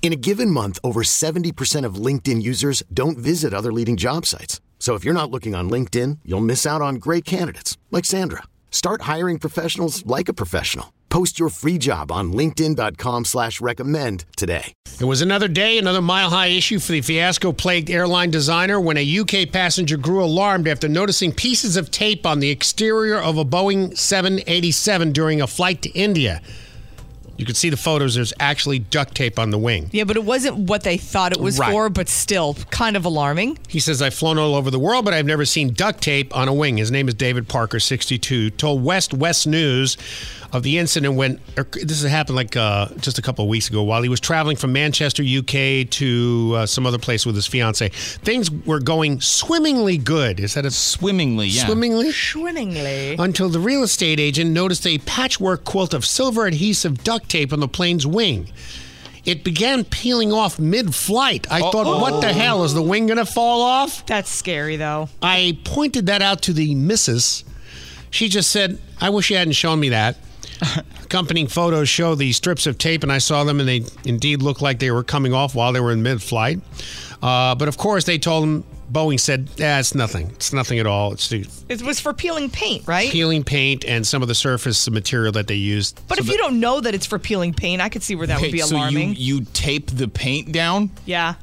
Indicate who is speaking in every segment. Speaker 1: In a given month, over 70% of LinkedIn users don't visit other leading job sites. So if you're not looking on LinkedIn, you'll miss out on great candidates like Sandra. Start hiring professionals like a professional. Post your free job on linkedin.com slash recommend today.
Speaker 2: It was another day, another mile high issue for the fiasco plagued airline designer when a UK passenger grew alarmed after noticing pieces of tape on the exterior of a Boeing 787 during a flight to India. You can see the photos, there's actually duct tape on the wing.
Speaker 3: Yeah, but it wasn't what they thought it was
Speaker 2: Right.
Speaker 3: for, but still kind of alarming.
Speaker 2: He says, I've flown all over the world, but I've never seen duct tape on a wing. His name is David Parker, 62, told West West News of the incident when er, this happened like uh, just a couple of weeks ago while he was traveling from Manchester, UK to uh, some other place with his fiance. Things were going swimmingly good. Is that a
Speaker 4: Swimmingly, yeah.
Speaker 2: swimmingly?
Speaker 3: Swimmingly.
Speaker 2: until the real estate agent noticed a patchwork quilt of silver adhesive duct tape on the plane's wing. It began peeling off mid flight. I
Speaker 4: Oh,
Speaker 2: thought, what the hell? Is the wing going to fall off?
Speaker 3: That's scary, though.
Speaker 2: I pointed that out to the missus. She just said, I wish you hadn't shown me that. Accompanying photos show the strips of tape, and I saw them, and they indeed looked like they were coming off while they were in mid flight. Uh, but of course, they told him, Boeing said, "Yeah, it's nothing. It's nothing at all. It's the
Speaker 3: It was for peeling paint, right?
Speaker 2: peeling paint and some of the surface material that they used.
Speaker 3: but if you don't know that it's for peeling paint, I could see where that would be
Speaker 4: Okay, so
Speaker 3: alarming.
Speaker 4: you you tape the paint down,
Speaker 3: yeah.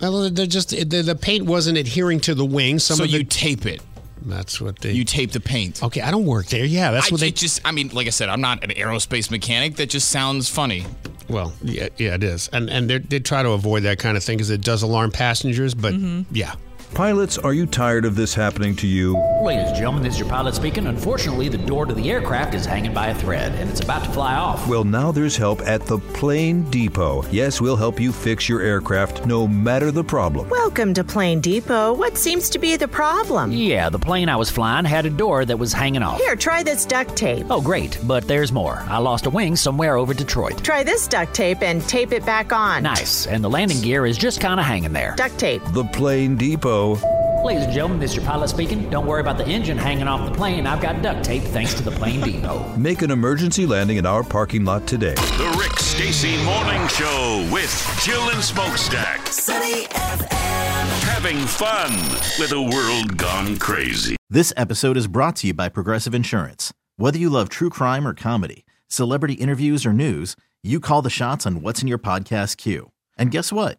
Speaker 2: Well, they're just the, the paint wasn't adhering to the wing. Some
Speaker 4: so
Speaker 2: of the,
Speaker 4: you tape it.
Speaker 2: that's what they.
Speaker 4: You tape the paint.
Speaker 2: okay, I don't work there. Yeah, that's
Speaker 4: I,
Speaker 2: what they.
Speaker 4: it just. I mean, like I said, I'm not an aerospace mechanic. That just sounds funny.
Speaker 2: well, yeah, yeah, it is, and and they're- they try to avoid that kind of thing because it does alarm passengers. But yeah,
Speaker 5: Pilots, are you tired of this happening to you?
Speaker 6: Ladies and gentlemen, this is your pilot speaking. Unfortunately, the door to the aircraft is hanging by a thread, and it's about to fly off.
Speaker 5: Well, now there's help at the Plane Depot. Yes, we'll help you fix your aircraft no matter the problem.
Speaker 7: Welcome to Plane Depot. What seems to be the problem?
Speaker 6: yeah, the plane I was flying had a door that was hanging off.
Speaker 7: Here, try this duct tape.
Speaker 6: Oh, great, but there's more. I lost a wing somewhere over Detroit.
Speaker 7: Try this duct tape and tape it back on.
Speaker 6: Nice, and the landing gear is just kind of hanging there.
Speaker 7: Duct tape.
Speaker 5: The Plane Depot.
Speaker 6: Ladies and gentlemen, this is your pilot speaking. Don't worry about the engine hanging off the plane. I've got duct tape thanks to the plane depot.
Speaker 5: Make an emergency landing in our parking lot today.
Speaker 8: The Rick Stacy Morning Show with Jill and Smokestack. Having fun with a world gone crazy.
Speaker 9: This episode is brought to you by Progressive Insurance. Whether you love true crime or comedy, celebrity interviews or news, you call the shots on what's in your podcast queue. And guess what?